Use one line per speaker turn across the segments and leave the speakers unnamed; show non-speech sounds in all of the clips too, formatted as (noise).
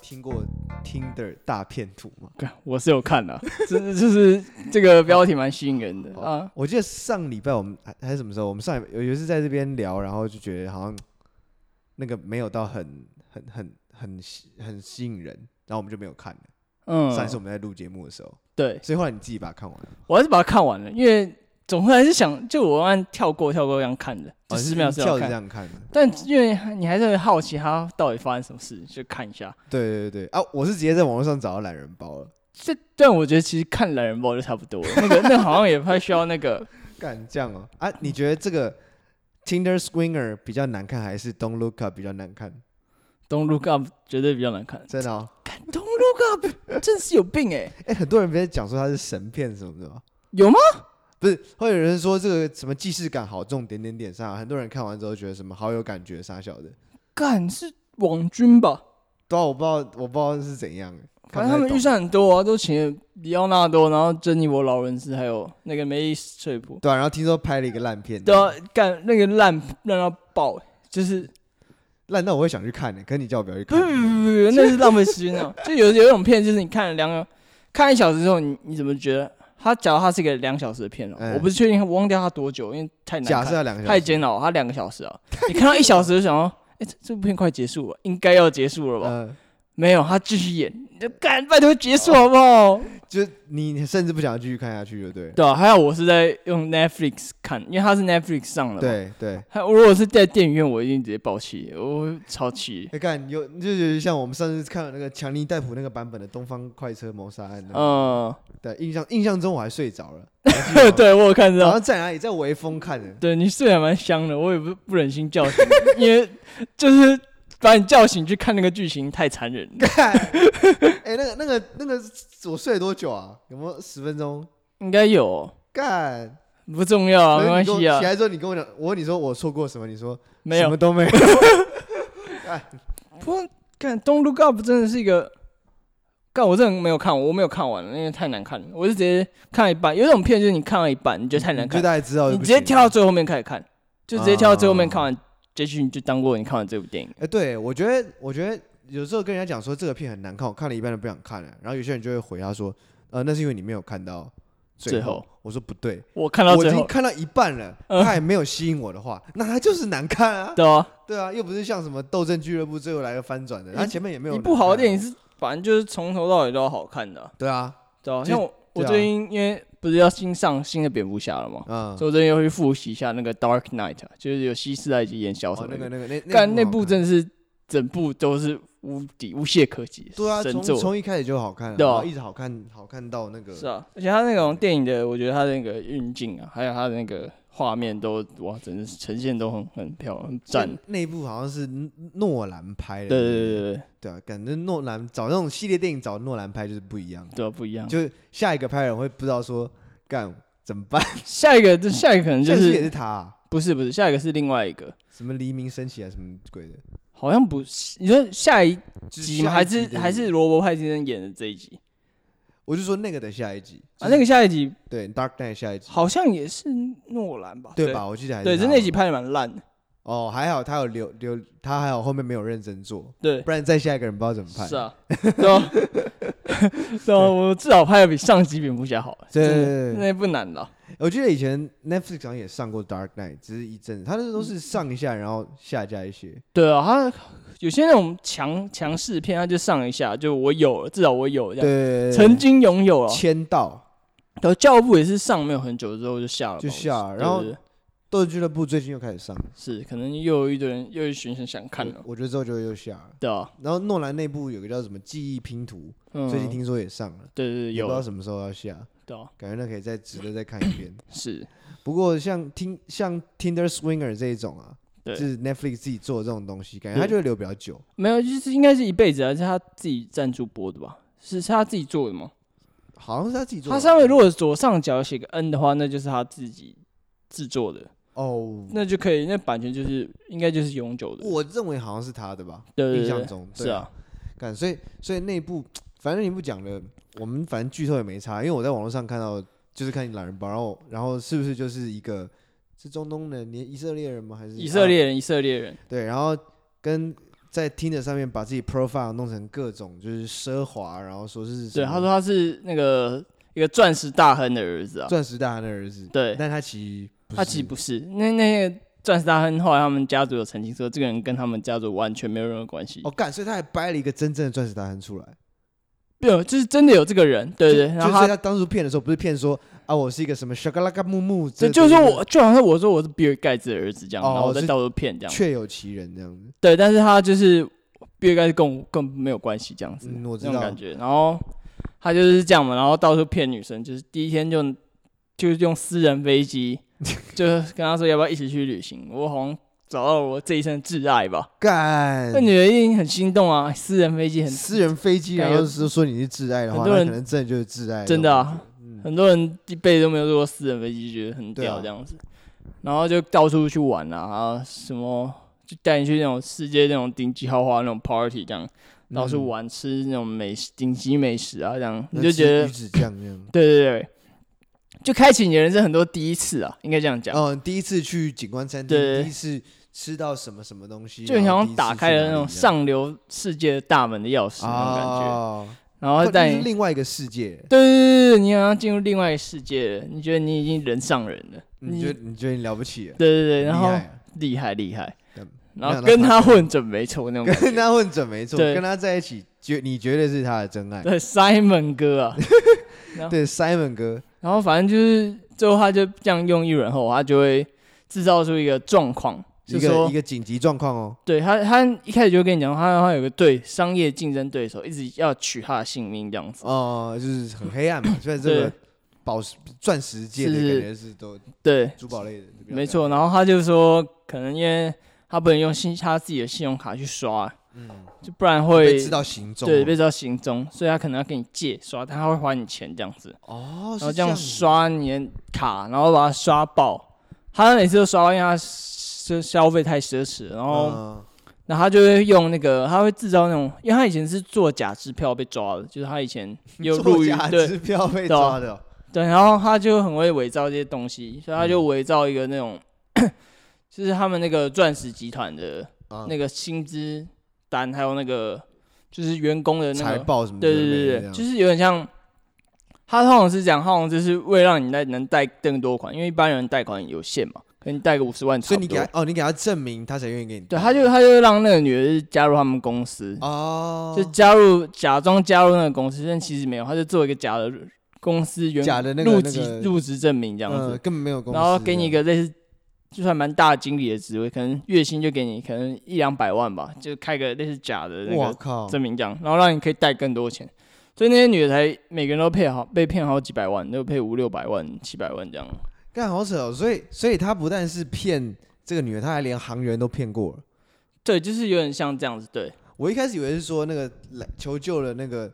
听过 Tinder 大骗图吗？
干我是有看的、
(laughs)
这就是这个标题蛮吸引人的
好
啊。
我记得上礼拜我们还还是什么时候，我们上礼有一次在这边聊，然后就觉得好像那个没有到很很很很吸很吸引人，然后我们就没有看了。
嗯，
上一次我们在录节目的时候，
对
所以后来你自己把它看完了，
我还是把它看完了，因为总会还是想就我按跳过跳过这样看的，
哦
就
你
十
是
秒
你
是
跳
要
着这
看。
样看的。
但因为你还是会好奇它到底发生什么事，就看一下。
对对对啊！我是直接在网络上找到懒人包了，
这但我觉得其实看懒人包就差不多了，那个那好像也不太需要那个。
干这样哦啊！你觉得这个 Tinder Swinger 比较难看，还是 Don't Look Up 比较难看？
Don't look up 绝对比较难看。
真的哦，
Don't look up 真是有病哎、
哎，很多人不是讲说它是神片什么的吗？
有吗？
不是，会有人说这个什么既视感好重，点点点啥？很多人看完之后觉得什么好有感觉啥小的，
干是网军吧？
对啊，我不知道，我不知道是怎样欸。
反
看不
正他
太
们
懂
预算很多啊，都请了里奥纳多，然后珍妮佛劳伦斯，还有那个梅丽史翠普，
对啊，然后听说拍了一个烂片，
都要啊干那个烂烂到爆、欸就是
烂到我会想去看的、可是你叫我不要去
不不不
看。
不， (laughs) 那是浪费时间啊！就有有一种片，就是你看了两个看一小时之后，你你怎么觉得？他假如他是一个两小时的片哦、
嗯
我不是确定他忘掉他多久，因为太难
假
看
设要两个小
太
时，
煎熬，他两个小时啊！你看到一小时就想说， (laughs) 哎、这这部片快结束了，应该要结束了吧？
呃，
没有，他继续演，你就干，拜托结束好不好？
就是你甚至不想要继续看下去，就对了。
对啊，还有我是在用 Netflix 看，因为它是 Netflix 上的。。
对对，
还有如果是在电影院，我一定直接爆气，我会超气。
你看哎有就是像我们上次看的那个强尼戴普那个版本的《东方快车谋杀案》那个，
嗯，
对，印象印象中我还睡着
(laughs)
了，
对啊我有看
嗯然
到
后，在哪里在微风看的，
对你睡还蛮香的，我也不不忍心叫醒你，因为就是把你叫醒去看那个剧情太残忍了，
看， (laughs) 哎、那个那个那个，我睡了多久啊？有没有十分钟？
应该有哦，
干，
不重要啊，
所
没
以
关
你跟我
系啊
起，来之后，你跟我讲，我问你说我错过什么？你说
(laughs) 没
什
有
么。都没有。
不过看《Don't Look Up》真的是一个，干我真的没有看，我没有看完，因为太难看了，我就直接看一半。有一种片就是你看到一半，你觉得太难
你
看
就，大概知道就
你
不
直
行了，
接跳到最后面开始看，就直接跳到最后
啊
面看完，也许你就当过你看完这部电影。
哎、对我觉得，我觉得有时候跟人家讲说这个片很难看，我看了一半都不想看了，然后有些人就会回他说，呃，那是因为你没有看到最
最后
我说不对，
我看到
我已
最
经
后，
看到一半了，
嗯
他也没有吸引我的话，那他就是难看啊。
对啊，
对啊，又不是像什么《斗阵俱乐部》最后来个翻转的，他前面也没有
一
难
部好的
看啊
电影。是反正就是从头到尾都好看的啊、
对啊，
对啊。
其实
像我我
对啊
最近因为不是要新上新的蝙蝠侠了吗？
嗯，
所以我最近又去复习一下那个《Dark Knight》，就是啊有希斯莱杰演小丑
哦，那
那
个
个。
那个那
干
那
那
部好
部
看
真的是整部都是无敌无懈可击，
对啊，
神
从
作。
从一开始就好看啊，
对啊
然后一直好看，好看到那个
是啊，而且他那种电影的，我觉得他的那个运镜啊，还有他的那个画面都哇，真的是呈现都很很漂亮，很赞。
那一部好像是诺兰拍的，
对对
不
对对对，
对啊，感觉诺兰找那种系列电影找诺兰拍就是不一样，
对啊，不一样。
就是下一个拍的人会不知道说干怎么办，
下一个，这下一个可能就
这是 (laughs) 也
是
是他啊
不是不是，下一个是另外一个，
什么黎明升起啊什么鬼的，
好像不是。你说下一
就是
集吗？
下
还
一集
是
的
还是罗伯派先生演的这一集
我就说那个的下一集
啊？那
个
个下一集
对 Dark Knight 下一集
好像也是诺兰吧？
对？吧？我记得还是
对，
他
就那
吧
集拍的蛮烂的。
哦，还好他有留留，他还好后面没有认真做，
对，
不然再下一个人不知道怎么拍。
是啊，对啊，
(laughs)
对啊，我至少拍的比上集蝙蝠侠好。
对
(laughs) 真
对
的
对对
那不难了。
我记得以前 Netflix 好像也上过 Dark Knight，只是一阵子，他那都是
嗯
上一下，然后下架一些。
对啊，他有些那种强强势片，他就上一下，就我有了，至少我有了这样。
对，
曾经拥有了，
签到
然后教务也是上没有很久之后就啊下了吧，
就下了
我记得
然后
对对对
斗志俱乐部最近又开始上，
是可能又有一堆人，又有一群人想看了
我，我觉得之后就又下了。
对啊，
然后诺兰内部有个叫什么记忆拼图，
嗯，
最近听说也上了，
对对
也
对有
不知道
了，
什么时候要下，
对啊，
感觉那可以再值得再看一遍。
是
不过像听像 Tinder Swinger 这一种啊，
对
是 Netflix 自己做的这种东西，感觉
对
它就会留比较久。
没有，就是应该是一辈子啊，是他自己赞助播的吧？是是他自己做的吗？
好像是他自己做的
他
吧，
上面如果左上角写个 N 的话，那就是他自己制作的，
哦，
那就可以，那版权就是应该就是永久的，
我认为好像是他的吧，
对对对
印象中
是啊，，
感所以所以那部反正你不讲了，我们反正剧透也没差，因为我在网络上看到就是看你懒人包，然后然后是不是就是一个是中东人，你以色列人吗？还是
以色、列人，以色列人。
对，然后跟在 Tinder 上面把自己 profile 弄成各种就是奢华，然后说是什
对，
么
他说他是那个一个钻石大亨的儿子啊，
钻石大亨的儿子，
对，
但他其实不
他其实
是
不是。那那个钻石大亨后来他们家族有澄清说，这个人跟他们家族完全没有任何关系
哦，。干，所以他还掰了一个真正的钻石大亨出来。
没有，就是真的有这个人，对对。
就
然
就
后
是他
他
当初骗的时候，不是骗说啊，我是一个什么 shakalaka 木木，这
对，就是说
这
我就好像我说我是比尔盖茨的儿子这样，
哦
然后我再
是
到处骗这样。
确有其人这样子。
对，但是他就是比尔盖茨跟我更没有关系这样子，
嗯我知
那种
道
感觉。然后他就是这样嘛，然后到处骗女生，就是第一天就就是用私人
(laughs)
飞机，就是跟他说要不要一起去旅行。我好像找到了我这一生的挚爱吧，
干
那，女的一定很心动啊，私人飞机很
私人飞机，
干
然后
有
是说你是挚爱的话，
很多
那
人
可能真的就是挚爱。
真的啊，
嗯，
很多人一辈子都没有坐过私人飞机，就觉得很
对啊
屌这样子，然后就到处去玩啊，然后什么就带你去那种世界那种顶级豪华那种 party 这样，到处玩吃那种美食顶级美食啊这样，
嗯那
你就
吃
觉得
鱼子酱这样。
对对对，就开启你的人生很多第一次啊， (laughs) 应该这样讲，
哦，第一次去景观餐厅，
对
第一次吃到什么什么东西，
就你
然
好
后
像打开了那种
哦
上流世界的大门的钥匙那种感觉，
啊，
然
哦
后
那
带
是
你。
另外一个世界。
对对对对，你好像进入另外一个世界了，你觉得你已经人上人了，
你觉得你觉得你了不起了？
对对对，然后
厉害啊
厉害厉害
嗯，
然后
那
跟
那
他混准没错那种感觉。
跟他混准没错，
对
跟他在一起，绝你绝对是他的真 (laughs) 爱。
对，Simon 哥啊，
对，Simon 哥，
然后反正就是最后他就这样用一轮后，他就会制造出一个状况，
一
就
个
说
一，个紧急状况哦。
对他他一开始就跟你讲，他他有个对商业竞争对手一直要取他的性命这样子，
哦，就是很黑
(coughs)
暗嘛，所以这个
对
宝石、钻石界的
是是
感觉是都
对，
珠宝类的，比较
没错。然后他就说，可能因为他不能用信他自己的信用卡去刷，
嗯，
就不然
被
会
知道行踪哦，
对被知道行踪，所以他可能要跟你借刷，但他会还你钱这样子。
哦，
然后
是
这
这
样
子，
刷你的卡，然后把它刷爆。他每次都刷爆，因为他消消费太奢侈了，然后、
嗯，
然后他就会用那个，他会制造那种，因为他以前是做假支票被抓的，就是他以前
(laughs)
有入
作
狱
假，
对
支票被
对啊
抓的哦，
对，然后他就很会伪造这些东西，所以他
嗯
就伪造一个那种， (clears throat) 就是他们那个钻石集团的
啊
那个薪资单，还有那个就是员工的那
财
个
报什么之
对
类的，
对对
这
对，
样
就是有点像，他通常是讲，他好像就是为了让你贷能贷更多款，因为一般人贷款有限嘛，可能你贷个五十万
所
差
以
不
你给
多
他。哦，你给他证明，他才愿意给你带，
对，他就他就让那个女的就是加入他们公司，
哦，
就加入假装加入那个公司，但其实没有，他就做一个假的公司员
假的那个
入
那
籍
个
入职证明这样
嗯
子，
根本没有公司，
然后给你一个类似。就算蛮大的经理的职位，可能月薪就给你可能一两百万吧，就开个类似假的
这
那
样，
个
我靠，
证明这样，然后让你可以贷更多钱。所以那些女的才每个人都配好被骗好几百万，都配五六百万、七百万这样。
干好扯哦，所以所以他不但是骗这个女的，他还连航员都骗过了。
对，就是有点像这样子。对，
我一开始以为是说那个来求救的那个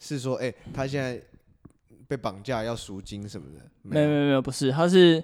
是说，哎、他现在被绑架要赎金什么的，
没有没有没有，不是，他是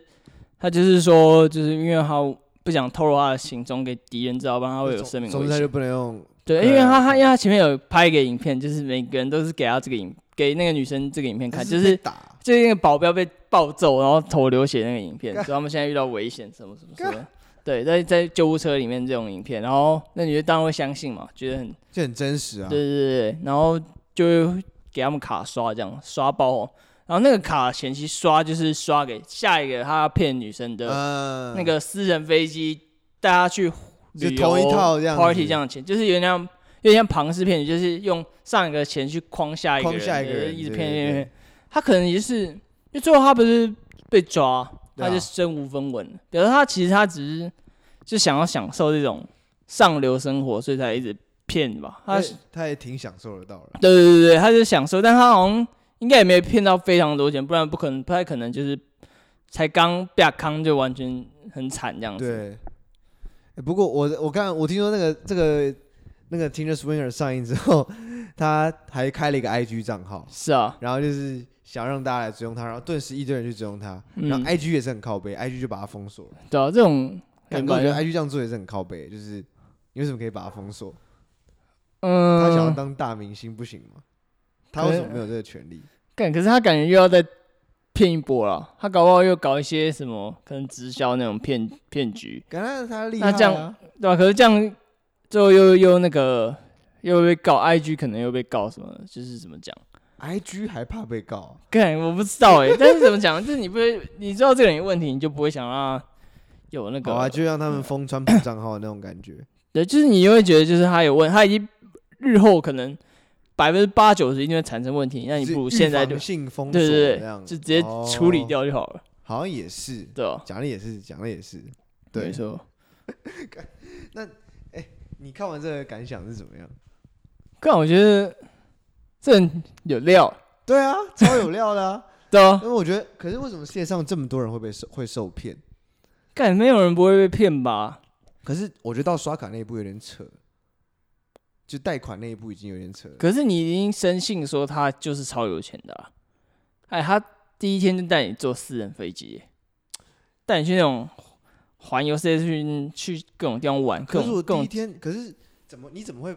他就是说，就是因为他不想透露他的行踪给敌人知道，不然他会有
总
生命
总
危
之他就
险。
不能用
对，
对
因为他他因为他前面有拍一个影片，就是每个人都是给他这个影给那个女生这个影片看，就
被
是
打，
就是那个保镖被暴揍，然后头流血那个影片，
干
所以他们现在遇到危险什么什么什么。对，在在救护车里面这种影片，然后那女的当然会相信嘛，觉得很
就很真实啊。
对对对，对然后就会给他们卡刷这样刷爆、哦，然后那个卡前期刷就是刷给下一个他要骗女生的
嗯，
那个私人飞机带她去
就
旅游
同一套这样子
party 这样的钱，就是有点像有点像庞氏骗局，就是用上一个钱去框下一个人，
框下一个
就是
人
一直
对
骗
对
骗骗
对
骗。他可能也是，因为最后他不是被抓，
对啊
他就身无分文了，表示他其实他只是就想要享受这种上流生活，所以才一直骗吧。他
他
对
他也挺享受得到了。
对对对，他就享受，但他好像应该也没有骗到非常多钱，不然不可能不太可能就是才刚被康就完全很惨这样子。
对，欸不过我我刚我听说那个这个那个 Tinder Swinger 上映之后，他还开了一个 IG 账号，
是啊，
然后就是想让大家来追踪他，然后顿时一堆人去追踪他，然
嗯
后哎 IG 也是很靠背，IG 就把他封锁了。
对啊，这种
感
感
觉我觉得
觉，
IG 这样做也是很靠背，就是你为什么可以把它封锁？
嗯，
他想要当大明星不行吗？他为什么没有这个权利？
干，可是他感觉又要再骗一波了，他搞不好又搞一些什么可能直销那种骗骗局，
感觉他厉害、
那
啊，
这样对吧、可是这样最后又又那个又被告，IG 可能又被告什么，就是怎么讲？
IG 还怕被告？啊
干我不知道哎、但是怎么讲？就是你不会，你知道这个人有问题，你就不会想让他有那个，
好啊，就让他们封
(coughs)
川普账号那种感觉。
对，就是你会觉得就是他有问，他已经日后可能百分之八九十一定会产生问题，那你
是
不如
预
现在就
防性封锁
对对
这
对
样，
就直接处理
哦。
掉就好了，
好像也是，
对吧？
讲的也是，讲的也是。对
没，错。
你看完这个感想是怎么样？
干，我觉得这人有料，
对啊，超有料的
(laughs)
啊！
对吧？
因为我觉得，可是为什么世界上这么多人会被受会受骗？
干，没有人不会被骗吧？
可是我觉得到刷卡那一步有点扯，就贷款那一步已经有点扯了。
可是你已经深信说他就是超有钱的、啊，哎，他第一天就带你坐私人飞机，带你去那种环游世界去去各种地方玩，
可
各
是
种
我第
各
一
种
天，可是怎么你怎么会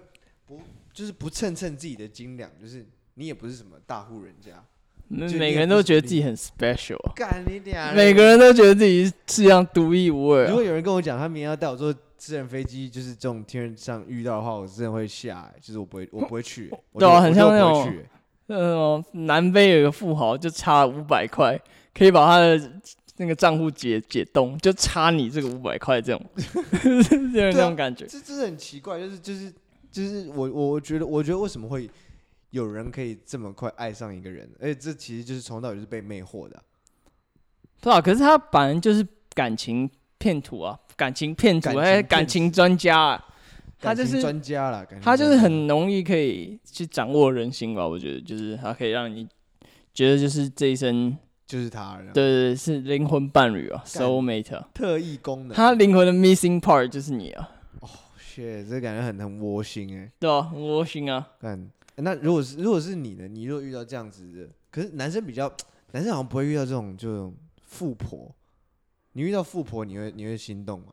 不就是不称称自己的斤两？就是你也不是什么大户人家，
每
就
每
你
个
也
人
不
都
是
觉得
独
自己很 special，啊
干你俩！
每个人都觉得自己是世界上独一无二
如
啊、
果有人跟我讲他明天要带我坐私人飞机，就是这种天人上遇到的话，我真的会吓、欸，就是我不会，我不会去、欸，我
对
就
啊
我
很
就
像
不
那
会
种
去欸
呃，南非有个富豪就差五百块，可以把他的那个账户解解冻，就差你这个五百块这种， (laughs) 就是这种感觉。
这这是很奇怪，就是就是就是我我我觉得我觉得为什么会有人可以这么快爱上一个人？而且这其实就是从头到尾就是被魅惑的啊、
对啊，可是他本来就是感情骗徒啊，感情骗徒，
感情
哎，
骗
感情专家、啊，他
感
就
情
是
专家啦，感情
他就
专
是
家
很容易可以去掌握人心吧。我觉得就是他可以让你觉得就是这一生，
就是他了，
对对对，是灵魂伴侣啊，soul mate 啊。
特异功能。
他灵魂的 missing part 就是你啊，
shit，这感觉很很窝心哎、
对吧、很窝心啊。
但那如果是如果是你呢？你如果遇到这样子的，可是男生比较，男生好像不会遇到这种这种富婆。你遇到富婆，你会你会心动吗？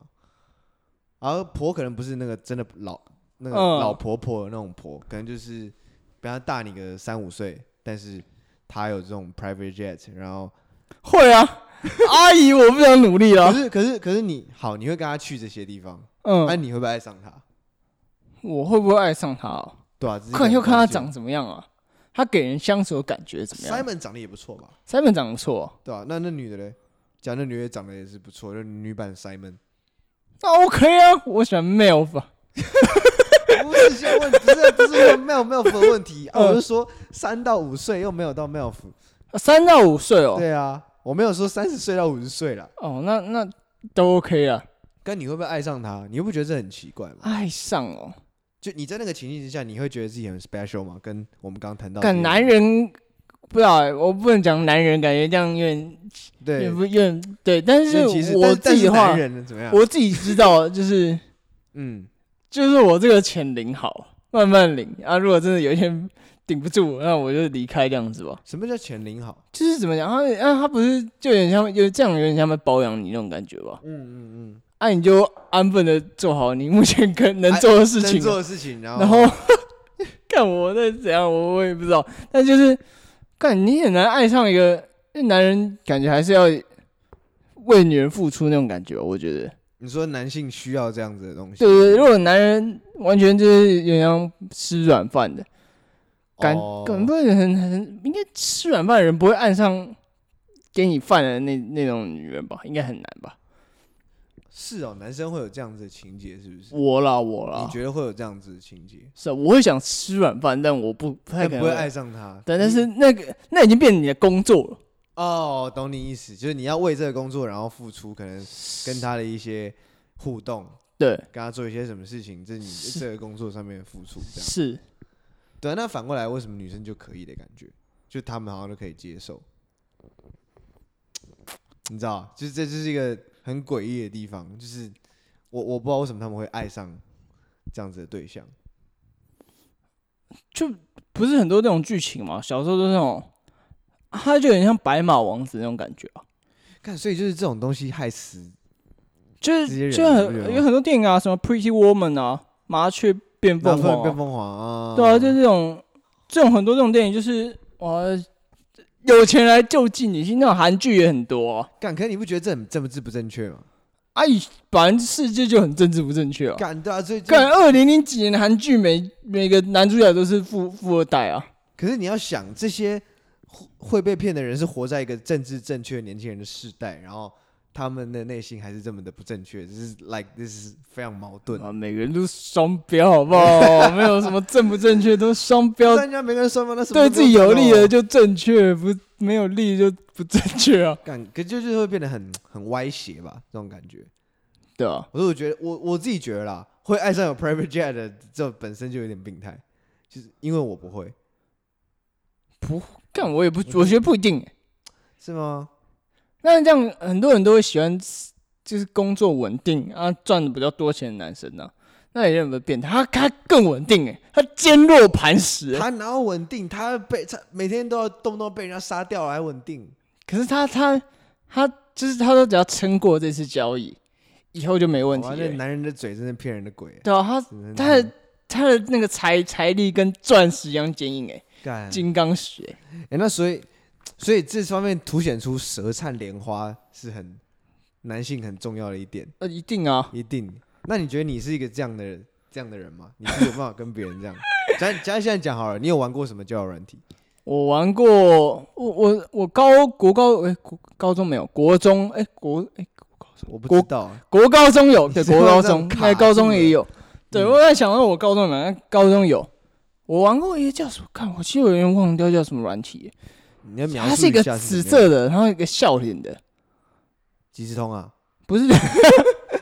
而婆可能不是那个真的老那个
嗯
老婆婆的那种婆，可能就是比她大你个三五岁，但是她有这种 private jet，然后
会 (laughs) 啊，阿姨，我不想努力
可
了。
是可是可是你好，你会跟她去这些地方，那、
啊嗯，
你会不会爱上她？
我会不会爱上他、哦？
对啊，这是一个
看
很
又看他
关键
长怎么样啊？他给人相处的感觉怎么样
Simon 长得也不错吧？
？Simon 长得不错、哦，
对啊，那那女的嘞，讲那女的也长得也是不错，就女版 Simon。
那 OK 啊，我喜欢 MILF 啊。
不是现在问，不是不是问 Mel Melf 的问 (laughs) 题啊，
嗯
我是说三到五岁又没有到 Melf。
啊三到五岁哦。
对啊，我没有说三十岁到五十岁啦。
哦，那那都 OK 啊。
但你会不会爱上她？你会不会觉得这很奇怪吗？
爱上哦，
就你在那个情境之下，你会觉得自己很 special 吗？跟我们刚刚谈到的
感男人不知道欸，我不能讲男人，感觉这样有点有
对
点，不有点对。但是
所以其实
我
但但
自己
是
的话
男，人啊怎么样？
我自己知道，就是
嗯，
就是我这个钱领好，慢慢领啊。如果真的有一天 (laughs) 顶不住，那我就离开这样子吧。
什么叫钱领好？
就是怎么讲，他啊，他不是就有点像，有这样有点像在包养你那种感觉吧？
嗯嗯嗯，
啊，你就安分的做好你目前可能做的事情啊
哎能，做哦的事情，啊然后
然后 (laughs) 看我那怎样，我我也不知道。但就是看你很难爱上一个那男人，感觉还是要为女人付出那种感觉，我觉得。
你说男性需要这样子的东西，
对对，对如果男人完全就是有点像吃软饭的，感
哦
感不会很很应该吃软饭的人不会爱上给你饭的那那种女人吧？应该很难吧？
是哦，男生会有这样子的情节，是不是？
我啦我啦
你，觉得会有这样子的情节？
是啊我会想吃软饭，但我不不太
但
可
不
能
会爱上他，
对，但是那个那已经变成你的工作了。
哦，懂你意思，就是你要为这个工作，然后付出，可能跟他的一些互动，
对，
跟他做一些什么事情，这是你
(laughs) 是
这个工作上面的付出，这样
是
对啊。那反过来，为什么女生就可以的感觉，就他们好像都可以接受？你知道，就是这就是一个很诡异的地方，就是我我不知道为什么他们会爱上这样子的对象。
就不是很多这种剧情嘛？小时候都是那种，他就很像白马王子那种感觉啊，
看，所以就是这种东西害死
就
这些人
是就
你不觉得
很
吗
有很多电影啊，什么 Pretty Woman 啊，麻雀变
那
凤
凤凰
凰
变
啊、
凤凰啊！
对啊，就这种这种很多这种电影，就是哇，有钱来救济女性，那种韩剧也很多啊。
干，可是你不觉得这很政治不正确吗？
啊啊，以本来世界就很政治不正确啊。
干对啊，所以
干二零零几年的韩剧每每个男主角都是富富二代啊，
可是你要想，这些会会被骗的人是活在一个政治正确的年轻人的世代，然后他们的内心还是这么的不正确，这是 like 这是非常矛盾。
啊，每个人都是双标，好不好？没有什么正不正确，都是
(laughs)
双标，
专家每个人双方那什么
对
都
自己有利
不懂哦
的就正确，不没有利就不正确啊，
感，可就就是会变得很很歪斜吧，这种感觉。
对啊，
我说我觉得我我自己觉得啦，会爱上有 private jet 的这本身就有点病态，就是因为我不会，
干我也不，我觉得不一定欸、
是吗？
那这样很多人都会喜欢，就是工作稳定啊，赚的比较多钱的男生呢、那也认为变态，他他更稳定哎、他坚若磐石欸、
他哪有稳定？他被他每天都要动不动被人家杀掉还稳定？
可是他他他就是他说只要撑过这次交易，以后就没问题
哇，
了
那
欸、
男人的嘴真的骗人的鬼，
对啊，他
真的
他的他的那个财财力跟钻石一样坚硬哎、
干
金刚石哎、
哎、那所以，所以这方面凸显出舌灿莲花是很男性很重要的一点，
呃一定啊，
一定。那你觉得你是一个这样的人，这样的人吗？你是有办法跟别人这样？ (laughs) 咱咱现在讲好了，你有玩过什么交友软体？
我玩过，我我我高国高哎、国高中没有，国中哎、国哎、
我不
国
知道、啊。
国高中有，对，
是不是
国高
(laughs) 这样
中，
卡
哎，高中
住
也
了
有。对，
嗯
我在想到我高中有哪个高中有，我玩过一个叫什么？看，我其实有点忘掉叫什么软体，
你要描述
它是一个
下
紫
怎么样
色的，然后一个笑脸的，
即时通啊，
不是， (laughs)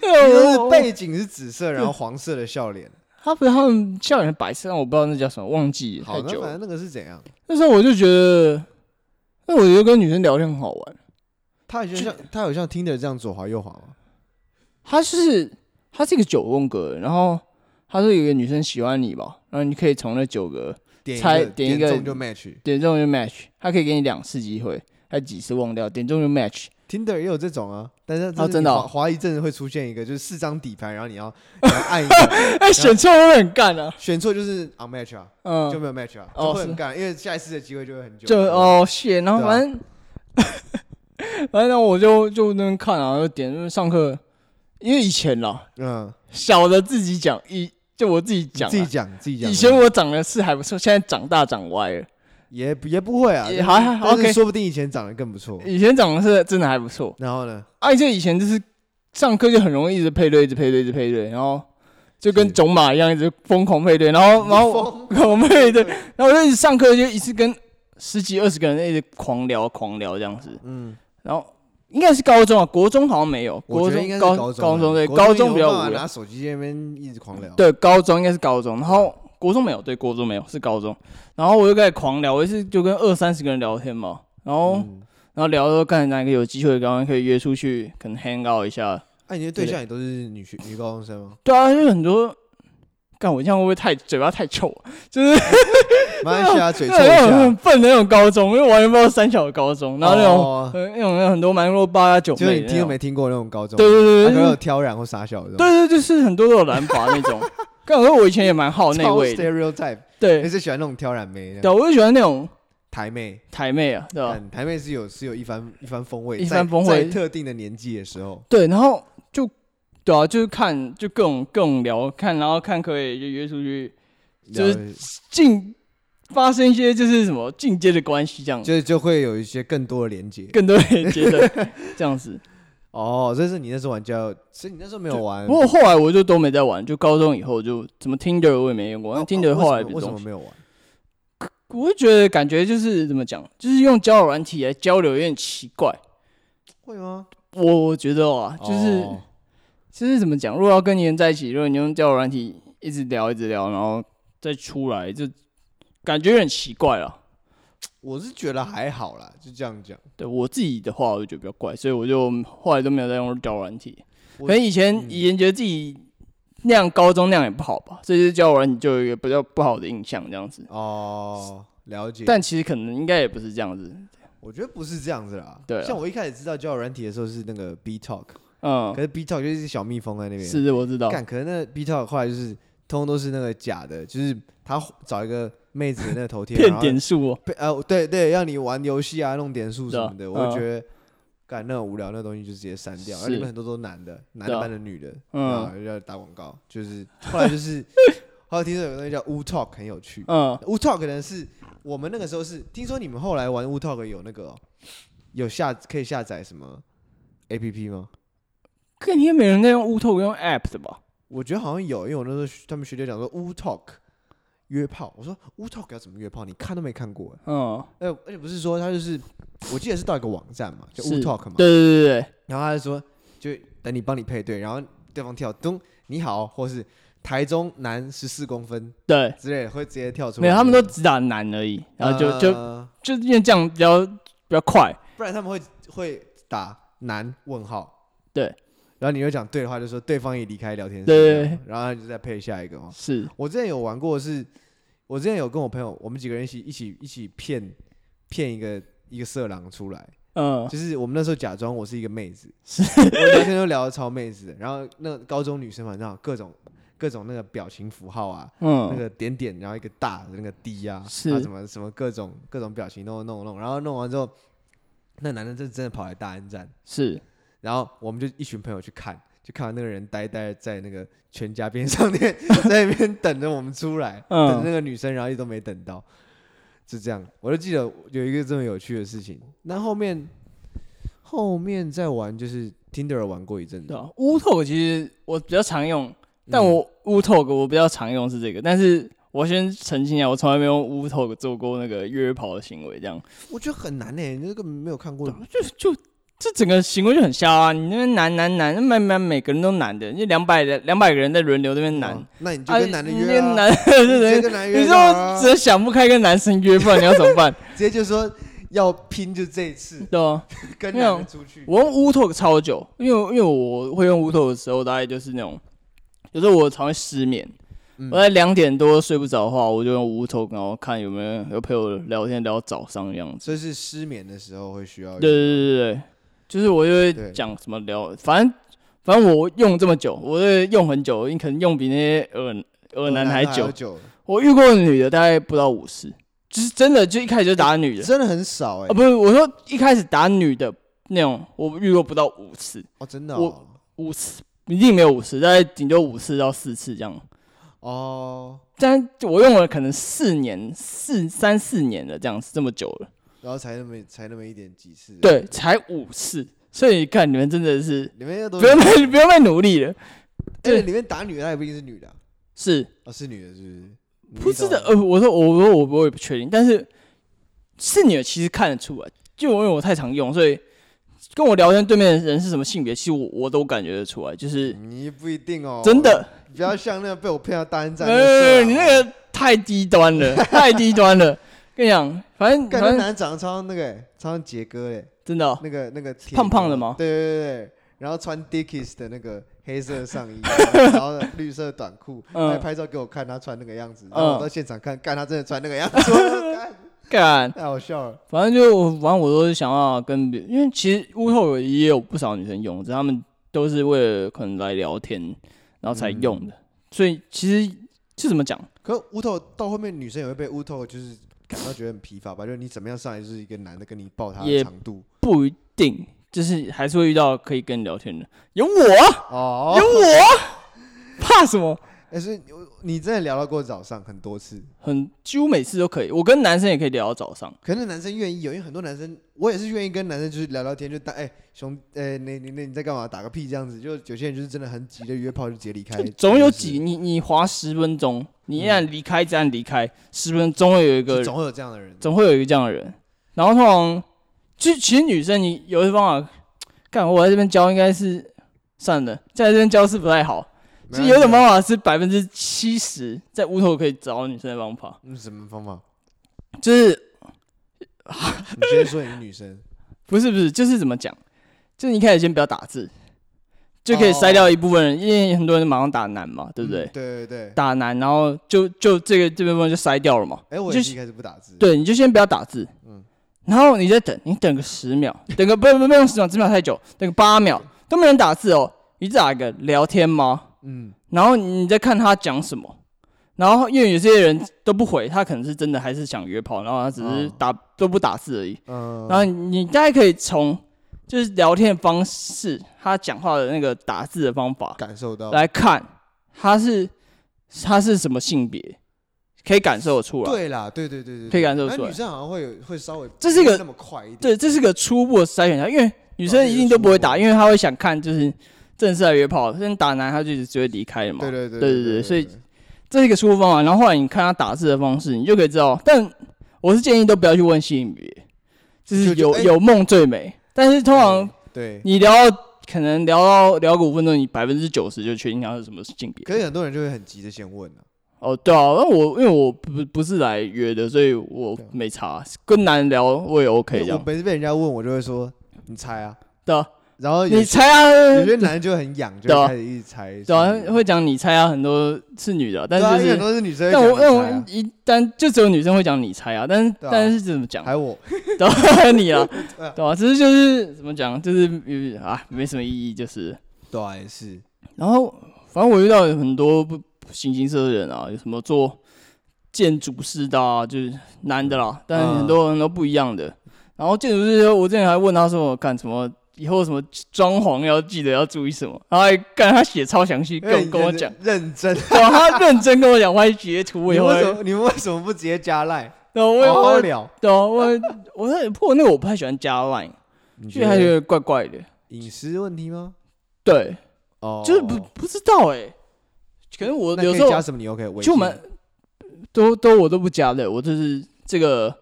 就是
背，
背景是紫色，然后黄色的笑脸。
它不是他们笑脸是白色，但我不知道那叫什么，忘记了
好，
太
那
久
反
了
正。那个是怎样？
那时候我就觉得，那我觉得跟女生聊天很好玩，
他有像他有像听的这样左滑右滑吗？
它是它是一个九宫格，然后它说有一个女生喜欢你吧，然后你可以从那九个。
点一
猜
个
点一个
中就 match。
点中就 match，他可以给你两次机会，还几次忘掉，点中就 match。
Tinder 也有这种啊，但是
哦真的哦
滑滑一阵子会出现一个，就是四张底牌，然后你要你要按一
(laughs)
个，
哎，选错会很干啊，
选错就是 on match 啊，就
嗯，
没有 match 啊，
哦
就会很干，因为下一次的机会就会很久。
就哦谢，然后
对啊
反正、反正 (laughs) 我就就那边看啊，就点因为上课，因为以前啦，
嗯，
小的自己讲，以就我自己
你
讲啊，
自己讲自己讲。
以前我长得是还不错，现在长大长歪了。
也也不会啊，
也还还
但
OK
是说不定以前长得更不错。
以前长得是真的还不错，
然后呢，
而啊且以前就是上课就很容易一直配对，一直配对，一直配对，然后就跟
是
种马一样，一直疯狂配对，然后然后
后
(laughs) 我们也对，然后我就一直上课就一次跟十几二十个人一直狂聊狂聊这样子，
嗯，
然后应该是高中啊，国中好像没有，
我
国
觉得应
中
该是
高
高
高中对
高
高中比较
有办法
无聊
拿手机在那边一直狂聊。，
对高中应该是高中，然后国中没有对国中没有是高中，然后我就开始狂聊，我一次就跟二三十个人聊天嘛，然后、
嗯，
然后聊到看哪个有机会，刚刚可以约出去，可能 hang out 一下，
哎，你的对象也都是女学女高中生
(laughs)
吗？
对啊，就很多。干我这样会不会太嘴巴太臭啊？就是
马来西亚嘴臭一
那种很
下，
笨的那种高中，因为完全不知道三小的高中，然后那种
哦
呃，那种有很多蛮多八加九
就是
妹
你
的
听都
那种，
没啊听过那种高中，
对
他
对对
可能有
对
挑染或傻小的这种。
对对，就是很多都有染发那
(laughs)
种。刚好我以前也蛮好那
超
位的，
stereotype，你 (laughs)
对
是喜欢那种挑染妹的
对，我就喜欢那种
台妹，
台妹啊，对吧？
嗯，台妹是有是有一番一番风味，
一
在
番风味
在特定的年纪的时候，
对，然后就对啊，就是看就各种各种聊，看然后看可以就约出去，就是
了
进发生一些就是什么进阶的关系这样，
就就会有一些更多的连接。
更多人觉得这样子。
哦，这是你那时候玩交友，所以你那时候没有玩。
不过后来我就都没在玩，就高中以后就怎么 Tinder 我也没用
哦
过，那
哦
Tinder 后来
为什么为
的
什
东
么
西，
没有玩？
我会觉得感觉就是怎么讲，就是用交友软体来交流有点奇怪。
会吗？
我我觉得啊， (laughs) 就是、
哦
就是怎么讲，如果要跟别人在一起，如果你用交友软体一直聊一直聊，然后再出来，就感觉有点奇怪啊了。
我是觉得还好啦，就这样讲。
对我自己的话，我就觉得比较怪，所以我就后来都没有再用交友软体。
我
可能以前、
嗯
以前觉得自己那样高中那样也不好吧，所以就交友软体就有一个比较不好的印象这样子。
哦，了解。
但其实可能应该也不是这样子，
我觉得不是这样子啦。
对啊
像我一开始知道交友软体的时候是那个 B Talk，
嗯
可，是 B Talk 就是小蜜蜂在那边。
是是，哦我知道，
干，可能那 B Talk 后来就是通通都是那个假的，就是他找一个妹子的那个头贴，
(laughs) 骗
然后
点数哦，
被呃，对对，让你玩游戏啊，弄点数什么的，
是啊
我就觉得干那种无聊那东西就直接删掉，而啊
是
里面很多都男的，男
对
的
啊
扮的女的，
嗯
嗯，要打广告，就是后来就是 (laughs) 后来听说有个东西叫 Wu Talk 很有趣
嗯，
，Wu Talk 可能是我们那个时候是听说你们后来玩 Wu Talk 有那个哦、有下可以下载什么 A P P 吗？
肯定没人在用乌透用 app 的吧？
我觉得好像有，因为我那时候学他们学姐讲说 Wu Talk 约炮，我说 Wu Talk 要怎么约炮？你看都没看过，
嗯，
哎，而且不是说他就是，我记得是到一个网站嘛，叫 Wu
是
Talk 嘛，
对对对对对，
然后他就说，就等你帮你配对，然后对方跳咚你好，或是台中男十四公分
对，
之类的，会直接跳出来。
没有，他们都只打男而已，然后就就
呃
就因为这样比较比较快，
不然他们会会打男问号，
对，
然后你会讲对的话，就说对方也离开聊天室，
对
这样然后他就再配下一个哦。
是
我之前有玩过是，我之前有跟我朋友，我们几个人一起一起一起骗骗一个一个色狼出来，
嗯
就是我们那时候假装我是一个妹子，
是
我们聊天都聊的超妹子的，然后那个高中女生嘛，你知道各种各种那个表情符号啊，那
嗯
个点点，然后一个大的那个滴啊，
是
然后什么什么各种各种表情都弄弄，然后弄完之后，那男的就真的跑来大安站，
是，
然后我们就一群朋友去看，就看到那个人呆呆地在那个全家便利商店 (laughs) 在那边等着我们出来，
嗯
等着那个女生，然后一直都没等到，就这样。我就记得有一个这么有趣的事情。那后面后面再玩就是 Tinder 玩过一阵
对
子，
啊，乌透其实我比较常用，但
嗯
我乌透我比较常用是这个，但是我先澄清一下，我从来没用乌透做过那个约跑的行为，这样
我觉得很难呢、你这个没有看
啊
过，啊
就就这整个行为就很瞎啊！你那边男男男，那每每每个人都男的，就两百两百个人在轮流那边男，
哦，那你就跟男的约啊，
啊你那男的 (laughs)
你
就
直
等
接
于
跟男的
你
约就
说
好啊
我只想不开跟男生约，不然你要怎么
(laughs)
办？
直接就说要拼就这一次
对啊，
跟
没有
男的出去，
我用 w Talk 超久，因为因为我会用 w Talk 的时候，大概就是那种，有时候我常会失眠，
嗯
我在两点多睡不着的话，我就用 w Talk，然后看有没有有陪我聊天聊到早上的样子。
所以是失眠的时候会需要
对对对对对，就是我就会
对
讲什么聊，反正反正我用这么久，我会用很久，你可能用比那些耳耳男还久
喝。酒
我遇过的女的大概不到五十，就是真的就一开始就打女的，
真的很少哎、
啊，不是我说一开始打女的那种，我遇过不到五次，
哦，真的
我
哦，
五次一定没有五次，大概顶多五次到四次这样。
哦，
但我用了可能四年、四三四年了，这样子这么久了，
然后才那么才那么一点几次，
对，，才五次，所以看你们真的是
里面又都
不用再不用再努力了，
对，里面打女的，她也不一定是女的啊，
是
哦，是女的，是不是？你
不
遇
是
到
的？呃，我说我说我我也不确定，但是是你的其实看得出来，就因为我太常用，所以跟我聊天对面的人是什么性别，其实我我都感觉得出来，就是
你不一定哦，
呃真，的。
不要像那个被我骗到大安站
没
的啊
有
色
没
狼，
有没有你
哦
那个太低
(laughs)
端了，太低端了。跟你讲，反正
干那
反正
男的长得超像那个、欸，超像杰哥哎、
真的哦、
那个那个铁
胖胖的
哥
吗
对对对对，然后穿 Dickies 的那个黑色上
(laughs)
衣，然后绿色短裤，他
嗯
还拍照给我看他穿那个样子，然后
嗯
我到现场看，干他真的穿那个样子，我 (laughs) 干
干，
太好笑了。
反正就我反正我都是想要跟别，因为其实屋后也有不少女生用，只是她们都是为了可能来聊天，然后才
嗯
用的。所以其实是怎么讲？
可乌头到后面，女生也会被乌头就是感到觉得很疲乏吧？就是你怎么样上来就是一个男的跟你抱他
也
的长度
不一定，就是还是会遇到可以跟你聊天的。有我
(laughs) 哦
啊，有。我啊，怕什么？
但哎是你你真的聊到过早上很多次，
很几乎每次都可以，我跟男生也可以聊到早上。
可能男生愿意有，因为很多男生，我也是愿意跟男生就是聊聊天，就当哎、兄，哎、你你你你在干嘛？打个屁这样子，就有些人就是真的很急的约炮就直接离
(laughs)
开，
总有
就
几
是
你你滑十分钟，你一旦离开，一旦离开十分钟，嗯总会有一个
就总会有这样的人，
总会有一个这样的人。然后通常，其实其实女生你有些方法，干我在这边教应该是算了，在这边教是不太好。
没啊
其
关
实
系
有一种方法是百分之七十在屋头可以找到女生的方法，
嗯，什么方
(laughs)
法？
就是
你先说你是女生，
不是不是就是怎么讲，就是你一开始先不要打字，就可以筛掉一部分人，因为很多人马上打男嘛，对不对？
哦嗯对对对。
打男，然后就就这个这部分就筛掉了嘛。
哎、我
就
也
是
是一开始不打字，，
对，你就先不要打字，
嗯
然后你再等，你等个十秒，等个不不不用十秒，十秒太久，等个八秒都没人打字哦，你只打一个聊天吗？
嗯，
然后你再看他讲什么，然后因为有些人都不回，他可能是真的还是想约炮，然后他只是
哦
打、都不打字而已，
嗯，
然后你大概可以从就是聊天的方式，他讲话的那个打字的方法
感受到，
来看，他是他是什么性别，可以感受得出来。
对啦，对对对对，
可以
对
感受
那
出来
女生好像会有会稍微
这是一
不会
个
那么快一点，
对，这是个初步的筛选因为
对
女生
啊
一定都不会打，
这
因为她会想看就是正式来约炮，但打男她就直接离开了嘛。
对对对
对
对
对对所以这是一个初步方法。然后后来你看他打字的方式，你就可以知道。但我是建议都不要去问性别，就
就
是
就
有
哎
有梦最美。但是通常
对，
你聊到可能聊到聊个五分钟，你百分之九十就确定他是什么性别。
可啊是很多人就会很急着先问啊，
哦，对啊，那我因为我不不是来约的，所以我
对啊
没查。跟男人聊我也 OK 这
因为我
样。
每次被人家问我就会说你猜啊，
对啊，
然后有
你猜啊？
有些男人就很痒，就
对啊
会开始一直猜，
对啊
是不，是
会讲你猜啊，很多是女的，但
对啊
是
因为
就
很多
是，
是女生会
但
讲你猜
我但
啊，
我一但就只有女生会讲你猜啊，但是
对啊
但是怎么讲
还，有我，
对啊， (laughs) 你啊
(laughs) 对啊，
对啊，只是就是怎么讲，就是呃啊，没什么意义，就是。
对啊，也是，
然后反正我遇到有很多不形形色色的人啊，有什么做建筑师的啊，就是男的啦，但是
嗯
很多人都不一样的。然后建筑师，我之前还问他说，我干什么？以后什么装潢要记得要注意什么？然后还干他写超详细，跟
哎
我跟我讲。
认真，
对啊，他认真跟我讲，我还截图，我
你
也
为
会，
什么你们为什么不直接加赖？
然后我也
好好
会，
聊，
对啊，我也
哦
我那不过那个我不太喜欢加 line，
你
因为他觉得怪怪的，
隐私问题吗？
对，
哦，
就是不不知道哎、可能我
那
有
可以
时候
加什么你 OK，微
就我
信
们都都我都不加的，我就是这个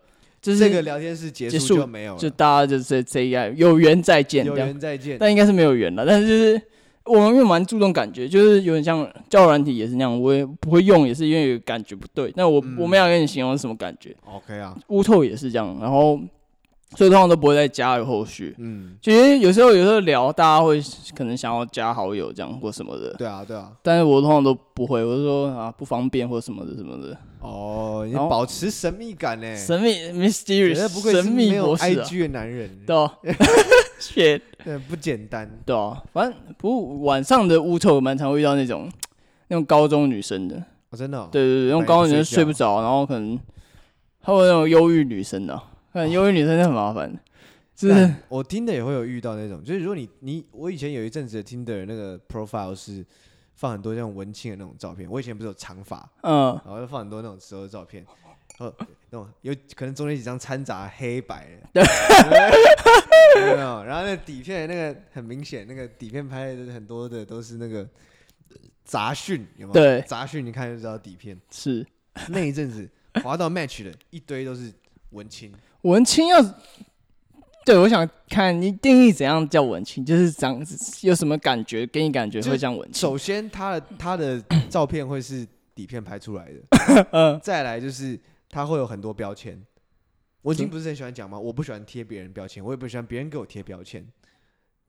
就是
这个聊天室结
结
束
束
就没有了，
就大家就这这样有缘再见
有
这样，
缘再见。
但应该是没有缘了，但是就是。我们因为蛮注重感觉，就是有点像交友软体也是那样，我也不会用，也是因为感觉不对。那我、
嗯
我没有跟你形容是什么感觉，
OK 啊，
乌透也是这样，然后所以通常都不会再加有后续。
嗯，
其实有时候有时候聊，大家会可能想要加好友这样或什么的，
对啊，对啊，
但是我通常都不会，我就说啊不方便或什么的什么的。
哦，你
然后
保持神秘感呢，
神秘
觉得哎不
mysterious，
愧是
神
没
秘
有
博士啊，
IG 的男人，
对
(laughs)
啊，shit，
对，不简单。
对啊，反正不过晚上的乌臭蛮常会遇到那种那种高中女生的，
哦，真的哦，
对对对，那种
半夜
高
不
中女生
睡
睡
觉
不着，然后可能还有那种忧郁女生的、啊，看忧郁女生真的很
(laughs)
麻烦，就是
但我听的也会有遇到那种，就是如果你你我以前有一阵子听的那个 profile 是放很多那种文青的那种照片，我以前不是有长发，
嗯。
然后就放很多那种时候的照片，然后那种有可能中间几张掺杂黑白的，有没有？然后那底片那个很明显，那个底片拍的很多的都是那个杂讯，有没有？
对
杂讯你看就知道底片。
是
那一阵子滑到 match 的一堆都是文青，
文青要，对我想看你定义怎样叫文青，就是长有什么感觉，给你感觉
就
会像文青。
首先他的他的照片会是底片拍出来的，
(laughs) 嗯，
再来就是他会有很多标签。我已经不是很喜欢讲吗？我不喜欢贴别人标签，我也不喜欢别人给我贴标签。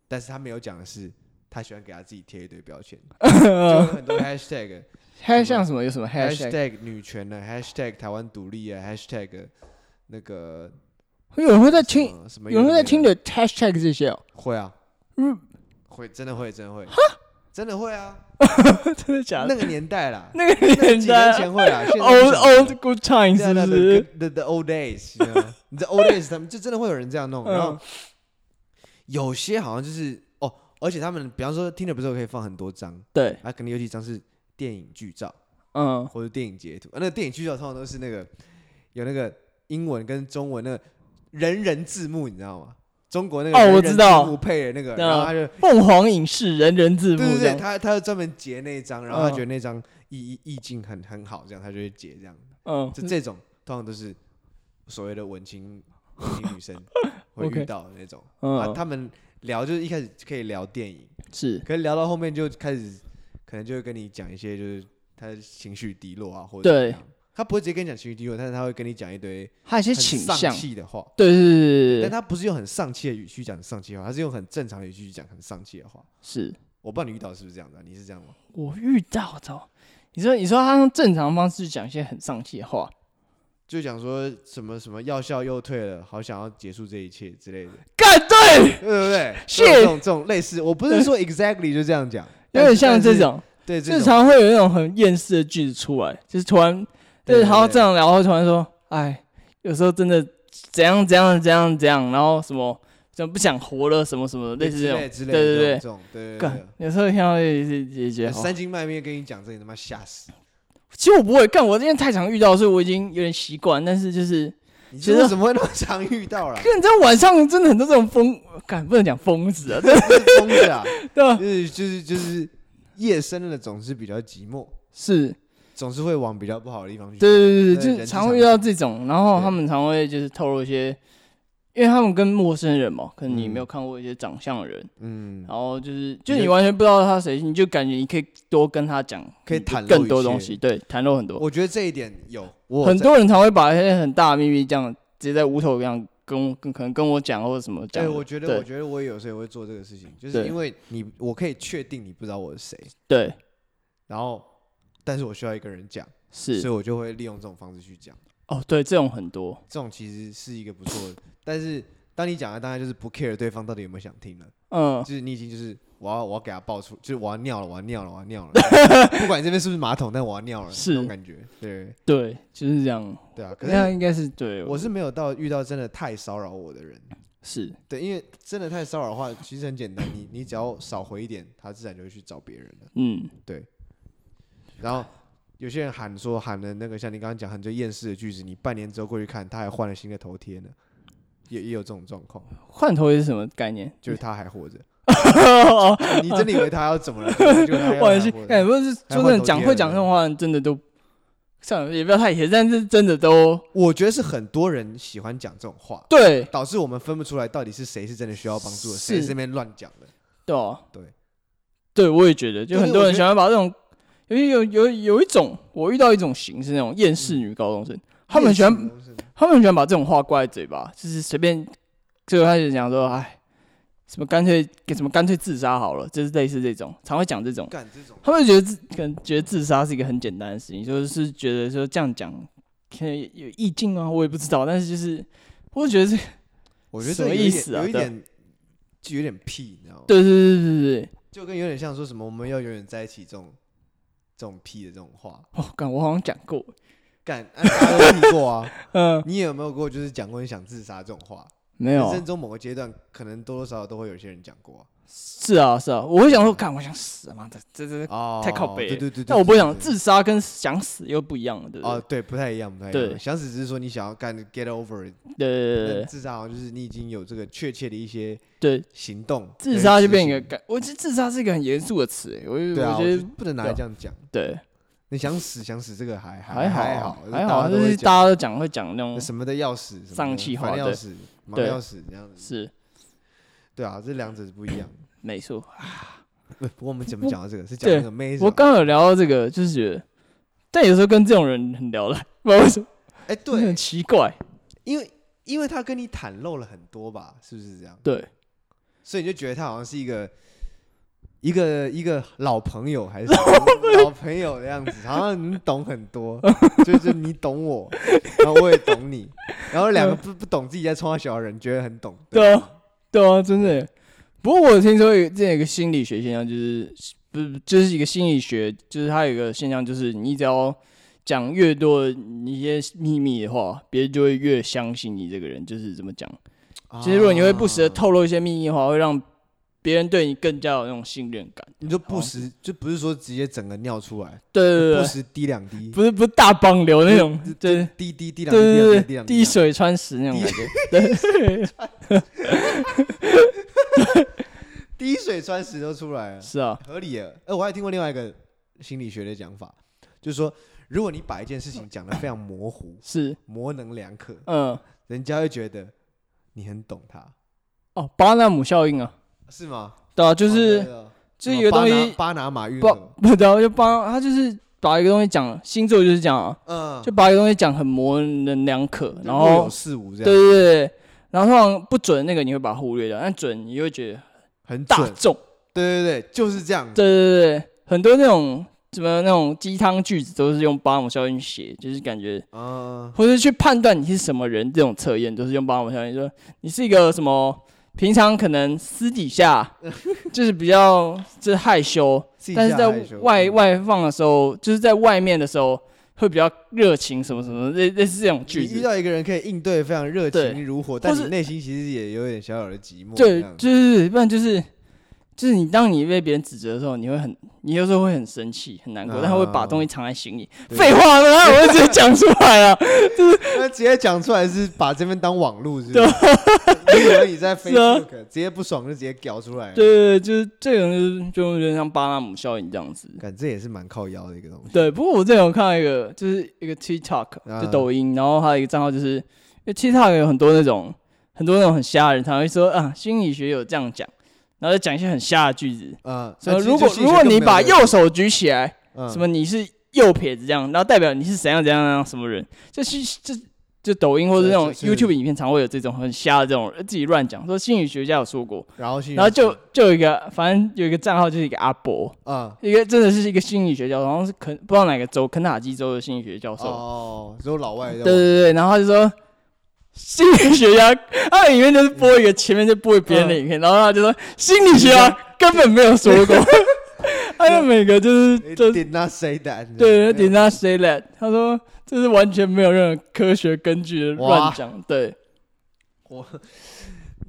但是他没有讲的是，他喜欢给他自己贴一堆标
(laughs)
签，就有很多 hashtag
还像什么有什么 hashtag，
hashtag 女权啊 hashtag 台湾独立啊 hashtag 那个
有人会在
什
听，
么什么
有人会在听
的没
的 hashtag 这些哦，
的会啊，
嗯，
会真的会真的会真的会啊，
真的假
那？个年代
(laughs)
啦，
那个年
几
代
年
啊
前会啦，现在不
(laughs)
想
，old
了
old good time
对啊
是
对啊
不是？
对啊 the the old days，you know？你知道 old days 他们就真的会有人这样弄，然后
嗯
有些好像就是哦，而且他们比方说听的不是可以放很多张，
对，
啊，可能有几张是电影剧照
嗯，
或者电影截图，啊，那个电影剧照通常都是那个有那个英文跟中文那个人人字幕，你知道吗？中国那个
哦
人
我
人
知道
字幕配的那个，
对啊
然后他就
凤凰影视人人字幕
对对
这
对，
样，
他他就专门截那一张，然后他
嗯
觉得那张意意意境很很好，这样他就会截这样。
嗯，
就这种通常都是所谓的文青文青
(laughs)
女生会遇
OK
到的那种。啊，
嗯，
他们聊就是一开始可以聊电影，
是，
可是聊到后面就开始可能就会跟你讲一些就是他的情绪低落啊，或者
对
怎么样他不会直接跟你讲情绪低落，但是他会跟你讲一堆
还有一些
很
倾
丧
向，
气的话。
对对对对
但
对，
他不是用很丧气的语气讲丧气的话，他是用很正常的语气讲很丧气的话。
是
我不知道你遇到是不是这样的、啊你是这样吗？
我遇到的。你说，你说他用正常方式讲一些很丧气的话，
就讲说什么什么药效又退了，好想要结束这一切之类的。
干对，
对不对？
是
这种这种类似，我不是说 exactly 就这样讲，
有点像这
但是，
种，
对，
就
这种
常会有那种很厌世的句子出来，就是突然，
对
对，
对
然后
对
这样聊，然后突然说，哎，有时候真的怎样怎样怎样怎样，然后什么怎么不想活了什么什么的，类似
之
这种
类之类
对
的
对对
这种这种，对对
干，有时候听到也是也觉
对。
得好
三更半夜跟你讲这，你他妈吓死！
其实我不会干，我因为太常遇到，所以我已经有点习惯。但是就是，
你
其实
为什么会那么常遇到啦？ (laughs)
看你在晚上真的很多这种疯，干不能讲疯子啊，对 (laughs)
就是疯子啊，
对吧？
就是就是就是夜深了，总是比较寂寞，
是，
总是会往比较不好的地方去。
对对
对
对对，就
人
是
之
常
常
会遇
情
到这种，然后
对
他们常会就是透露一些，因为他们跟陌生人嘛，可能你
嗯
没有看过一些长相的人，
嗯，
然后就是
就
就你完全不知道他谁，你就感觉你可以多跟他讲，
可以袒露
更
一
多
些
东西，对，袒露很多。
我觉得这一点有，我有
很
在
多人常会把一些很大的秘密这样直接在无头一样跟我跟可能跟我讲或者什么讲
对，
的。
我觉得，
对
我觉得我有时候也会做这个事情，就是
对
因为你，我可以确定你不知道我是谁，
对
然后，但是我需要一个人讲，所以
是
我就会利用这种方式去讲。
哦，对这种很多
这种其实是一个不错的，但是当你讲的当然就是不 care 对方到底有没有想听了，
嗯
就是你已经就是我要我要给他爆出，就是我要尿了，我要尿了，我要 (laughs) 尿了，不管你这边是不是马桶，但我要尿了，
是
那种感觉，对
对就是这样，
对啊。可
那
是
应该是对
我是没有到遇到真的太骚扰我的人，
是
对，因为真的太骚扰的话，其实很简单，你你只要少回一点，他自然就会去找别人了。
嗯
然后有些人喊说喊的那个，像你刚刚讲很多厌世的句子，你半年之后过去看，他还换了新的头贴呢，也也有这种状况，
换头也是什么概念？
就是他还活着。
哦
你真的以为他要怎么了？ (laughs) 结果他
换
还
是
活
哎，
着。
不是
还
说真
换
的
头
讲
贴
会
了
讲
对
这种话，的人真的都算了，也不要太邪，但是真的都
我觉得是很多人喜欢讲这种话，
对
导致我们分不出来到底是谁是真的需要帮助的，
是
谁是这边乱讲的。
对哦
对
对，我也觉得，
就
就
是
很多
我
人
觉
喜欢把这种有有有有一种，我遇到一种型是那种厌世女高中生，他们喜欢
厌世的东西
他们很喜欢把这种话挂在嘴巴，就是随便就开始讲说，哎，什么干脆给什么干脆自杀好了，就是类似这种，常会讲这种。
干这种，
他们觉得自可能觉得自杀是一个很简单的事情，就是觉得说这样讲可能有意境啊，我也不知道，但是就是我觉得这
我觉得
什
这
么
有一
意
点
思啊
有一
对
点就有点屁，你知道吗？
对对对对对对，
就跟有点像说什么我们要永远在一起这种这种屁的这种话，
哦，感我好像讲过，
干，啊大家都遇过啊。
嗯，
你有没有过就是讲过你想自杀这种话？
没有
人
啊、
生中某个阶段，可能多多少少都会有些人讲过
是啊是啊，我会想说，干我想死啊，妈的，这这，这
啊。哦，
太靠北了
对对对对。
但我不会想
对
自杀跟想死又不一样了，对不对？
哦，对，不太一样，不太一样。
对
想死只是说你想要干 get over，it，
对对对对
但
对。
自杀好像就是你已经有这个确切的一些
对
行动，
自杀就变一个
跟执
感，我觉得自杀是一个很严肃的词，欸我
行对
觉得
啊，我
我觉
就
得
不能拿来这样讲。
对，
你想死想死，这个还
还好
还
啊还
还
好啊，
大家都
就是
会
大
讲
家都讲会讲那种
什么的要死，什么的
丧气话
烦要
对
死，忙
对
要死这样子。
是
对啊，这两者是不一样。
没错。
不， (laughs) 不过我们怎么讲到这个？是讲
对
那个妹子
我
吗。
刚刚有聊到这个，就是觉得，但有时候跟这种人很聊得来，不知道为什么，
哎，
就是
对
很，奇怪。
因为因为他跟你袒露了很多吧，是不是这样？
对，
所以你就觉得他好像是一个一个一个老朋友，还是什么老朋友的样子，好像你懂很多， (laughs) 就是你懂我，然后我也懂你，然后两个不不懂自己在冲他小的人，觉得很懂。
嗯对啊，对啊，真的耶。不过我有听说有这样一个心理学现象，就是不是就是一个心理学，就是它有一个现象，就是你只要讲越多一些秘密的话，别人就会越相信你这个人。就是怎么讲？其实如果你会不时的
啊，
透露一些秘密的话，会让别人对你更加有那种信任感。
你就不时就不是说直接整个尿出来，
对对
不
对对，
时滴两滴，
不是不是大帮流那种，对
滴滴滴
对
两滴，滴两
对
滴滴啊
对，
两
滴
滴。
水穿石那种感觉。对，
滴水穿石都出来了，
是啊，
合理耶。哎，我还听过另外一个心理学的讲法，就是说，如果你把一件事情讲得非常模 (laughs) 糊、
是，
模棱两可，
嗯，
人家会觉得你很懂他，
哦，巴纳姆效应啊，
是吗？
对啊，就
哦
是。
对哦
就
什
是
么
有个东
巴拿
西
巴拿马运
不
河，
(laughs) 不知道，就帮他就是把一个东西讲，星座就是这样啊，
嗯，
就把一个东西讲很模棱两可，然
若
后
有似无这
对
样，
对对，对然后通常不准那个你会把它忽略掉，但准你会觉得
很
大
准，嗯
众，
对对对，就是这样，
对对对，对很多那种什么那种鸡汤句子都是用巴姆效应写，就是感觉
嗯，
或者去判断你是什么人这种测验都是用巴姆效应，说你是一个什么。平常可能私
(laughs)
底下就是比较就是害羞，
自己
但是
下
在
害羞嗯
外，外放的时候，就是在外面的时候，会比较热情，什么什么，类类似这种句
你遇
子。
到一个人可以应对非常热
对
情如火，但
或
你
是
内心其实也有点小小的寂寞。
对，就是不然就是就是你当你被别人指责的时候，你会很，你有时候会很生气、很难过，
啊
但会把东西藏在心里。
对
废话，然后我就直接讲出来啊
(laughs)
了。
那直接讲出来是把这边当网路，是不是？你以为你在
(laughs) 是啊
Facebook 直接不爽就直接屌出来？
对，对对，就是这种就是就有点像巴纳姆效应这样子。
感这也是蛮靠腰的一个东西。
对，不过我之前有看到一个，就是一个 TikTok，
啊
就抖音，然后还有一个账号，就是因为 TikTok 有很多那种很多那种很瞎的人，他会说啊，心理学有这样讲，然后就讲一些很瞎的句子，
啊，
什么
那其实
呃如果
就心
如
理学
果
更
你
没有
把
用
右手举起来，
嗯
什么你是右撇子这样，然后代表你是怎样怎样怎样什么人，就是这就抖音或者那种
是是是
YouTube 影片常会有这种很瞎的这种自己乱讲，说心理学家有说过，
然后心理
然后就
学
就有一个反正有一个账号就是一个阿伯，
啊
一个真的是一个心理学教授，好像是肯不知道哪个州肯塔基州的心理学教授，
哦，只有老外
对对对，然后他就说心理学家， (laughs) 他的影片就是播一个前面就播别人的
嗯
影片，然后他就说心理学家根本没有说
(laughs)
过，他就每个就是就
对，Did not say that，
对，
没有
did not say that，他说这是完全没有任何科学根据的乱
哇
讲，对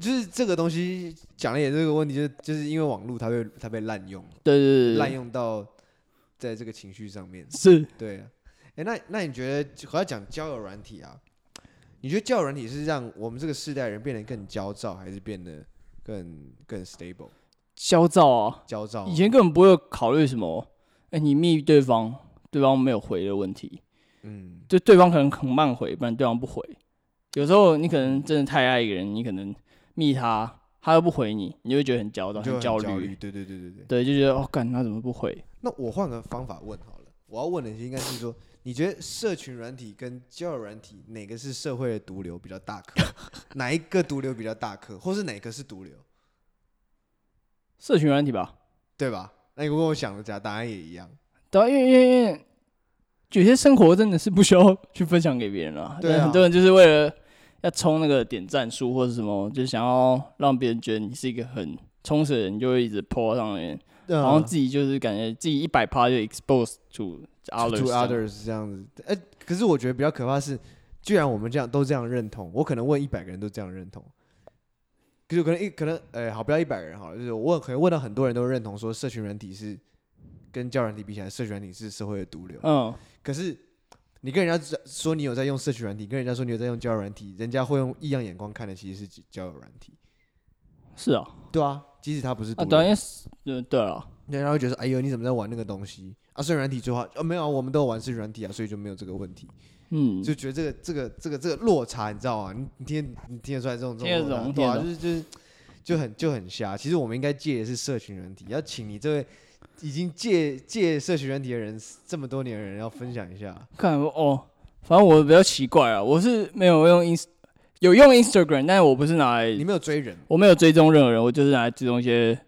就是这个东西讲的也是这个问题，就是就是因为网络它被它被滥用，
对对对对
滥
对，
用到在这个情绪上面。
是
对啊，哎，那那你觉得我要讲交友软体啊？你觉得交友软体是让我们这个世代人变得更焦躁，还是变得更更 stable？
焦躁啊，
焦躁
以前根本不会考虑什么，哎，你密对方，对方没有回的问题，
嗯，
就对方可能很慢回，不然对方不回。有时候你可能真的太爱一个人，你可能密他，他又不回你，你就会觉得很焦躁、
就很
焦
虑。
虑，
对对对对对。
对，就觉得哦，干他怎么不回？
那我换个方法问好了，我要问的应该是说，你觉得社群软体跟交友软体哪个是社会的毒瘤比较大颗？ (laughs) 哪一个毒瘤比较大颗，或是哪个是毒瘤？
社群软体吧，
对吧？那你跟我想的答答案也一样。
对啊、因为因为因为有些生活真的是不需要 (laughs) 去分享给别人了。
对啊
但很多人就是为了要冲那个点赞数或者什么，就想要让别人觉得你是一个很充实的人，就会一直 po 上面，
然
然后自己就是感觉自己一百趴就 expose to others，,
to
这样
others 这样子。呃，可是我觉得比较可怕是，居然我们这样都这样认同，我可能问一百个人都这样认同，可是可能一可能，呃，好，不要一百人好了，就是我问，可能问到很多人都认同说，社群软体是跟教软体比起来，社群软体是社会的毒瘤。
嗯，
可是你跟人家说你有在用社群软体，跟人家说你有在用交友软体，人家会用异样眼光看的其实是交友软体。
是啊，
对啊，即使它不是毒
啊，
瘤，
对啊，因为是嗯对了，
人家会觉得说，哎呦，你怎么在玩那个东西啊？社群软体最好，呃、没有啊，我们都有玩社群软体啊，所以就没有这个问题。
嗯，
就觉得这个这个这个这个落差，你知道吗？你你听你听得出来这种这
听得
种落差
懂
对啊，
听
就是就是就很就很瞎。其实我们应该戒的是社群人体，要请你这位已经戒戒社群人体的人这么多年的人，要分享一下。
看哦，反正我比较奇怪啊，我是没有用 ins 有用 Instagram，但是我不是拿来
你没有追人，
我没有追踪任何人，我就是拿来追踪一些，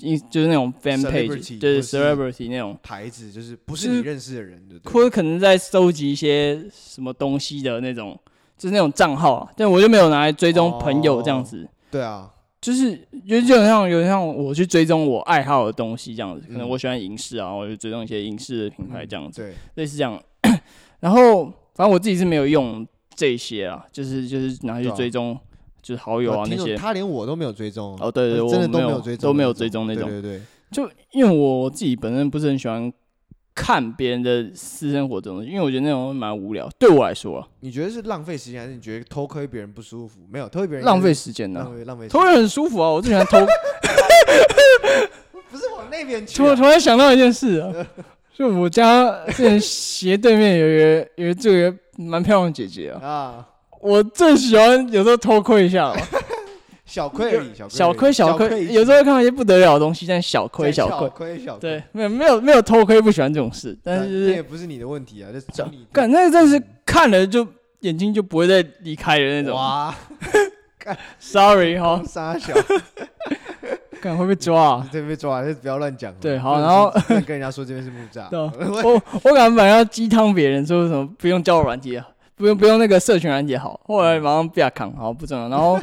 一就是那种 fan page，
Celebrity，
就是
或是
celebrity 那种，
牌子就是不是
就是
你认识的人，对不对？
或者可能在收集一些什么东西的那种，就是那种账号啊，但我就没有拿来追踪朋友这样子。
对啊，
就是就就很像有点像我去追踪我爱好的东西这样子，可能
嗯
我喜欢银饰啊，我就追踪一些银饰的品牌这样子，
对，
类似这样。 (coughs) 然后反正我自己是没有用这些啊，就是就是拿去
对啊
追踪就是好友啊
听
那
说
些。
他连我都没有追踪
哦对对
他
我
真的
没
都
有
有追踪，啊
都没有追踪那种
对对对，
就因为我自己本身不是很喜欢看别人的私生活这种东西，因为我觉得那种蛮无聊，对我来说、啊、
你觉得是浪费时间，还是你觉得偷窥别人不舒服？没有偷窥别人应该
浪费
是
时间呢、
浪费浪费时
偷
间，
人很舒服啊，我最喜欢
(laughs)
偷。
不是往那边去
突
啊
然突然想到一件事啊，就我家之前斜对面有一个有一个这个蛮漂亮的姐姐啊，
啊。
我最喜欢有时候偷窥一
(laughs)
下啊，
小亏而已，
小
小
亏
亏
小
亏
亏，，有时候会看到一些不得了的东西，但小
亏
亏小
亏
亏，
亏小亏，
对，没有没有没有偷窥不喜欢这种事，但
那
是就
那
是
也不是你的问题啊，就是找你
干那个真的是看了就眼睛就不会再离开的那种。 (laughs)
哇，
Sorry 哈，
傻小，
看会被抓、啊
你。这被抓，就不要乱讲了。
对好
不能
然后
说不能跟人家说这边是木栅，
对啊我我感觉本来要鸡汤别人说什么不用交友软体啊，不用不用那个社群软体好，后来马上被他扛，好不重要。
(laughs)
然后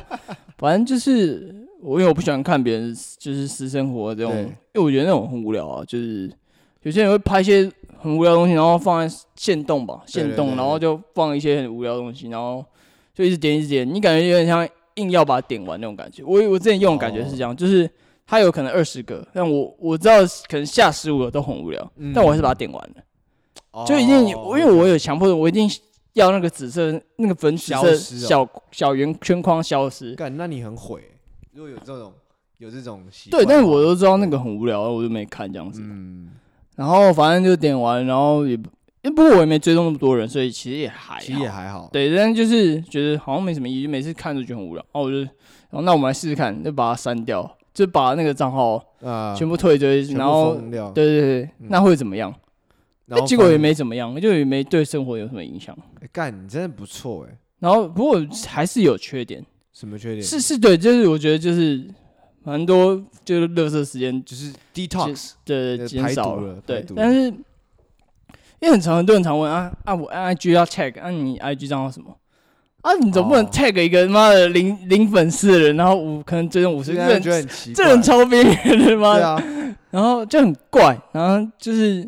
反正就是我因为我不喜欢看别人就是私生活这种，
对
因为我觉得那种很无聊啊，就是有些人会拍一些很无聊的东西，然后放在线动吧，线
对对对
动，然后就放一些很无聊的东西，然后就一直点一直点，你感觉有点像硬要把它点完那种感觉。我我之前用的感觉是
哦
这样，就是它有可能二十个，但我我知道可能下十五个都很无聊，
(laughs) 嗯
但我还是把它点完了，
哦
就一定有，因为我有强迫症，我一定要那个紫色那个粉紫
消
色
失哦
小小圆圈框消失。
干，那你很毁欸。如果有这种有这种习惯
对，
的话，
但是我都知道那个很无聊，我就没看这样子。
哦嗯，
然后反正就点完，然后也不，诶不过我也没追踪那么多人，所以其实也还好。
其实也还好。
对，但就是觉得好像没什么意义，每次看都觉得很无聊。哦，我就，然后那我们来试试看，就把它删掉，就把那个账号
啊，
全部退追，
全部
然后
封掉，
对对对，那会怎么样？
然后
但结果
放
也没怎么样，就也没对生活有什么影响。
欸干，你真的不错哎。
然后不过还是有缺点，
什么缺点？
是是对，就是我觉得就是蛮多就是乐色时间
就是 detox
对
呃
减
排
少
毒了排
对
毒，
但是因为很常很多人常问啊啊，我按 IG 要 check，啊你 IG 账号什么？啊，你总不能
哦
tag 一个妈的零零粉丝的人，然后五可能追踪五
所
十
以
个
让人觉得
人，
啊很奇怪。
这人超边缘的妈
对
的，
啊，
然后就很怪，然后就是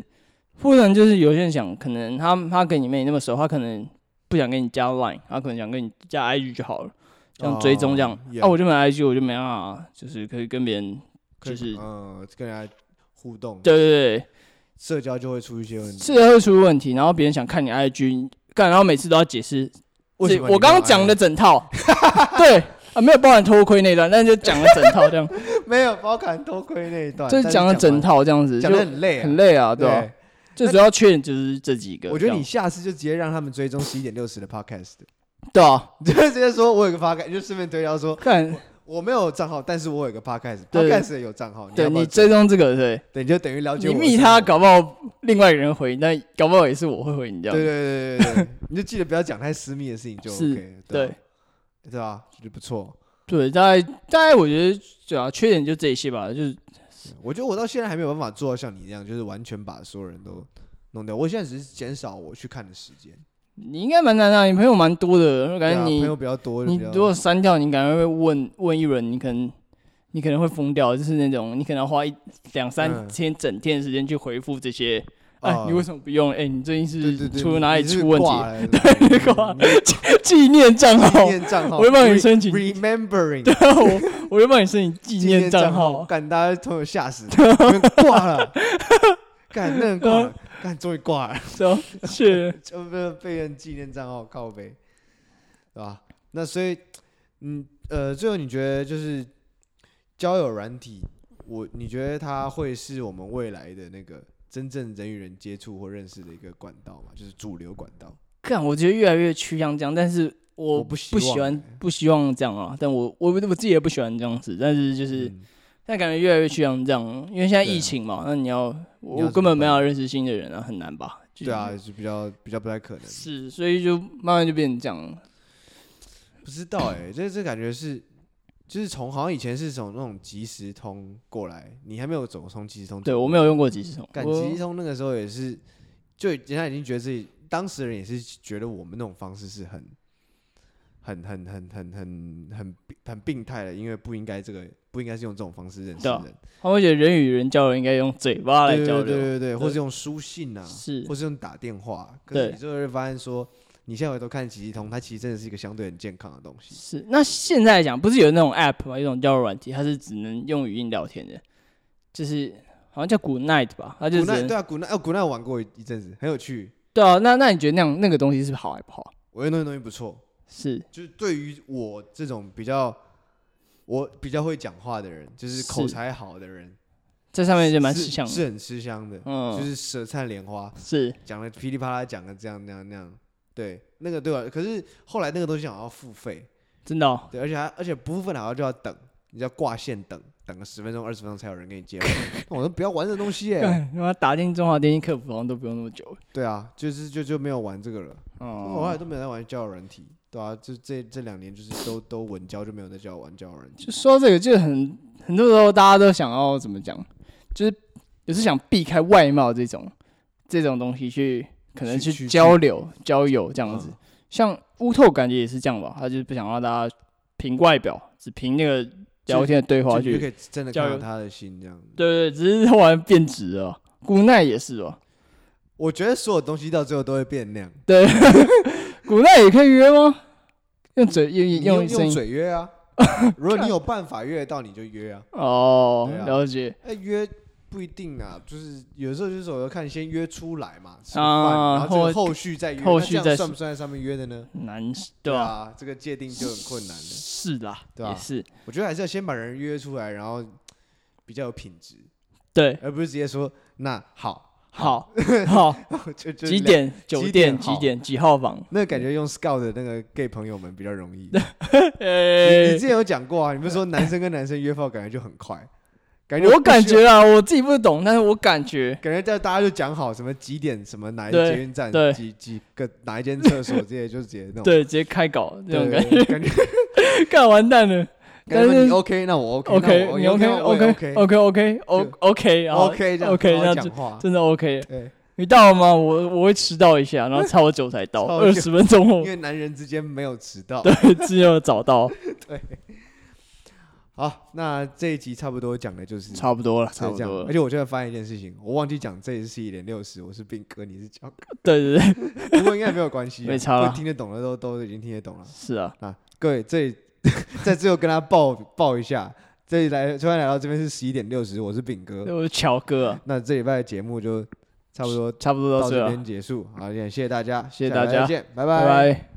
不然就是有些人想，可能他他跟你没那么熟，他可能不想跟你加 Line，他可能想跟你加 IG 就好了，这样追踪这样
哦，也
啊我就没 IG，我就没办法，就是可以跟别人
可以
就是
嗯跟人家互动，
对对对。
社交就会出一些问题。
是会出问题，然后别人想看你 IG，干，然后每次都要解释。
为什么你
我刚刚讲的整套， (laughs) 对啊，没有包含偷窥那段，但是就讲了整套
(laughs)
这样，
没有包含偷窥那一段，
就是讲了整
套，
套这样子，就
讲的很累啊，
很累啊，对吧、
对
最主要缺点就是这几个这样。
我觉得你下次就直接让他们追踪十一点六十的 podcast，
对啊，
你 (laughs) 就直接说我有个 podcast，就顺便推销说
看，
我没有账号，但是我有个 podcast，podcast
对
也有账号，
对
要不要
你追踪这个，对，
对，你就等于了解
你
我的
密
生
他，
活
搞不好另外一个人回，但搞不好也是我会回你这
对
样。
对对对 (laughs) 对，对你就记得不要讲太私密的事情就是 OK，了
对
吧对吧？觉得不错，
对，大概大概我觉得主要缺点就这些吧，就是
我觉得我到现在还没有办法做到像你这样，就是完全把所有人都弄掉。我现在只是减少我去看的时间，
你应该蛮难啊的，你朋友蛮多的，我
对
感
啊
觉你
朋友比较多，就
你
比较
如果删掉，你感觉会问问一轮，你可能你可能会疯掉，就是那种你可能要花一两三
嗯
天整天的时间去回复这些。哎、
哦
你为什么不用？哎、你最近
对
是
对对，
出
你
哪里
你是
出问题？
挂了对
你
对
挂
你的
(laughs) 纪念账号
纪，念账号，
我会帮你
re-
申请
remembering
(laughs) 我我就帮你申请纪
纪
念账
账
号。
干大家都有吓死，
(laughs)
你们挂了，干那人挂了，干终于挂了，
so，是，
(laughs) 就被被人纪念账号靠背，对吧？那所以，嗯呃，最后你觉得就是交友软体，我你觉得它会是我们未来的那个真正人与人接触或认识的一个管道吗？就是主流管道？
看，我觉得越来越趋向这样，但是我
我不希
不喜
望
欢
欸
不希望这样啊。但我我我自己也不喜欢这样子，但是就是。
嗯
但感觉越来越趋向这样，因为现在
对啊
疫情嘛，那你要
你
我
要
我
怎
根
么
本没
办
有认识新的人啊，很难吧？就
对啊，，就比较比较不太可能。
是，所以就慢慢就变成这样了。
不知道哎、这这感觉是，就是从好像以前是从那种即时通过来，你还没有走从即时通。
对我没有用过即时通，
赶
我
即时通那个时候也是，就人家已经觉得自己当时人也是觉得我们那种方式是很、很、很、很、很、很、很、很病态的，因为不应该这个不应该是用这种方式认识
对啊
人，
他们会觉得人与人交流应该用嘴巴来
对
交
对对对
流，
对，或是用书信啊，
是
或是用打电话、可是
对
你就会发现说，你现在回头看即时通，它其实真的是一个相对很健康的东西。
是。那现在来讲，不是有那种 app 吗？一种交友软体，它是只能用语音聊天的，就是好像叫 Good Night 吧，它就
古
是只
奈
能
对啊，古奈哦，古奈我玩过一一阵子，很有趣。
对啊。那那你觉得那样那个东西是好还不好？
我觉得那个东西不错，
是
就是对于我这种比较我比较会讲话的人，就是口
是
才好的人，
在上面就蛮
是
吃香的，
是很吃香的，
嗯
就是舌灿莲花，
是
讲的噼里啪啦，讲的这样那样那样。对，那个对我，可是后来那个东西好像要付费，
真的哦。
对，而且还而且部分好像就要等，你就要挂线等，等个十分钟二十分钟才有人跟你接话。 (laughs) 那我说不要玩这东西耶、
(laughs) 干他妈打进中华电信客服好像都不用那么久。
对啊，就是就就没有玩这个了。我后
哦
来，都没有在玩交友软体，对啊，就这这两年就是都都稳交，就没有在交友玩交友软体。
就说到这个，就很很多时候大家都想要怎么讲，就是也是想避开外貌这种这种东西去，可能
去
去
去
交流交友这样子。
嗯
像乌透感觉也是这样吧，他就是不想让大家凭外表，只凭那个聊天的对话
就你
去
就可。以真的
交
看到
友
他的心这样子。
对对，对只是后来变质了。古奈也是哦，
我觉得所有东西到最后都会变那样，
对，古奈也可以约吗？用嘴
你
用
用
声
用
音
嘴约
(laughs)
啊。如果你有办法约得到，你就约啊。
哦
对，啊
了解
哎，约不一定啊，就是有时候就是我要看先约出来嘛，吃饭，
啊
然后这个
后
后续再约，
后
那
续
这样
再
算不算在上面约的呢？
难
对
对吧？
啊，这个界定就很困难的。
是啦，
对啊
也是
我觉得还是要先把人约出来，然后比较有品质，
对，
而不是直接说那好， (laughs)
好好
就就
几
两
点酒
几
店
点
几
好
点几号房？
那感觉用 scout 的那个 gay 朋友们比较容易。你你
呃
之，前有讲过啊，你不是说男生跟男生约炮感觉就很快，感觉
我
不
感
需要
觉啊，我自己不懂，但是我感觉
感觉在大家就讲好什么几点什么哪一
对
捷运站
对
几几个哪一间厕所这些就直接弄。
对直接开搞这
对
种感觉，
对
(laughs)
感觉
干完蛋了。但
感觉
是
你 OK，那我 OK，那
OK，
我
你
OK 那我也
OK OK OK O OK 然后
OK 这样
OK
好好
那
讲
就
话，
真的 OK。
对，
你到了吗？我我会迟到一下，
(laughs)
然后差我久才到，
超久
二十分钟后
因为男人之间没有迟到。
(laughs) 只有找到，
好，那这一集差不多讲的就是
差不多了，差
就
不
是这样
多。了
而。且我突然发现一件事情，我忘记讲这一次一点六十，我是兵哥，你是教哥，
对对对，
不过应该没有关系啊，
没差啦
会听得懂的都都已经听得懂了。
是啊，
啊，各位，这里 (laughs) 在最后跟他报报一下，这里来突然来到这边是十一点六十，我是饼哥。
我是乔哥啊，
那这礼拜的节目就差不多
差不多到
到
这
这
了，
边结束，好，也谢谢大家，
谢谢
下礼拜
大家
再见，拜
拜拜。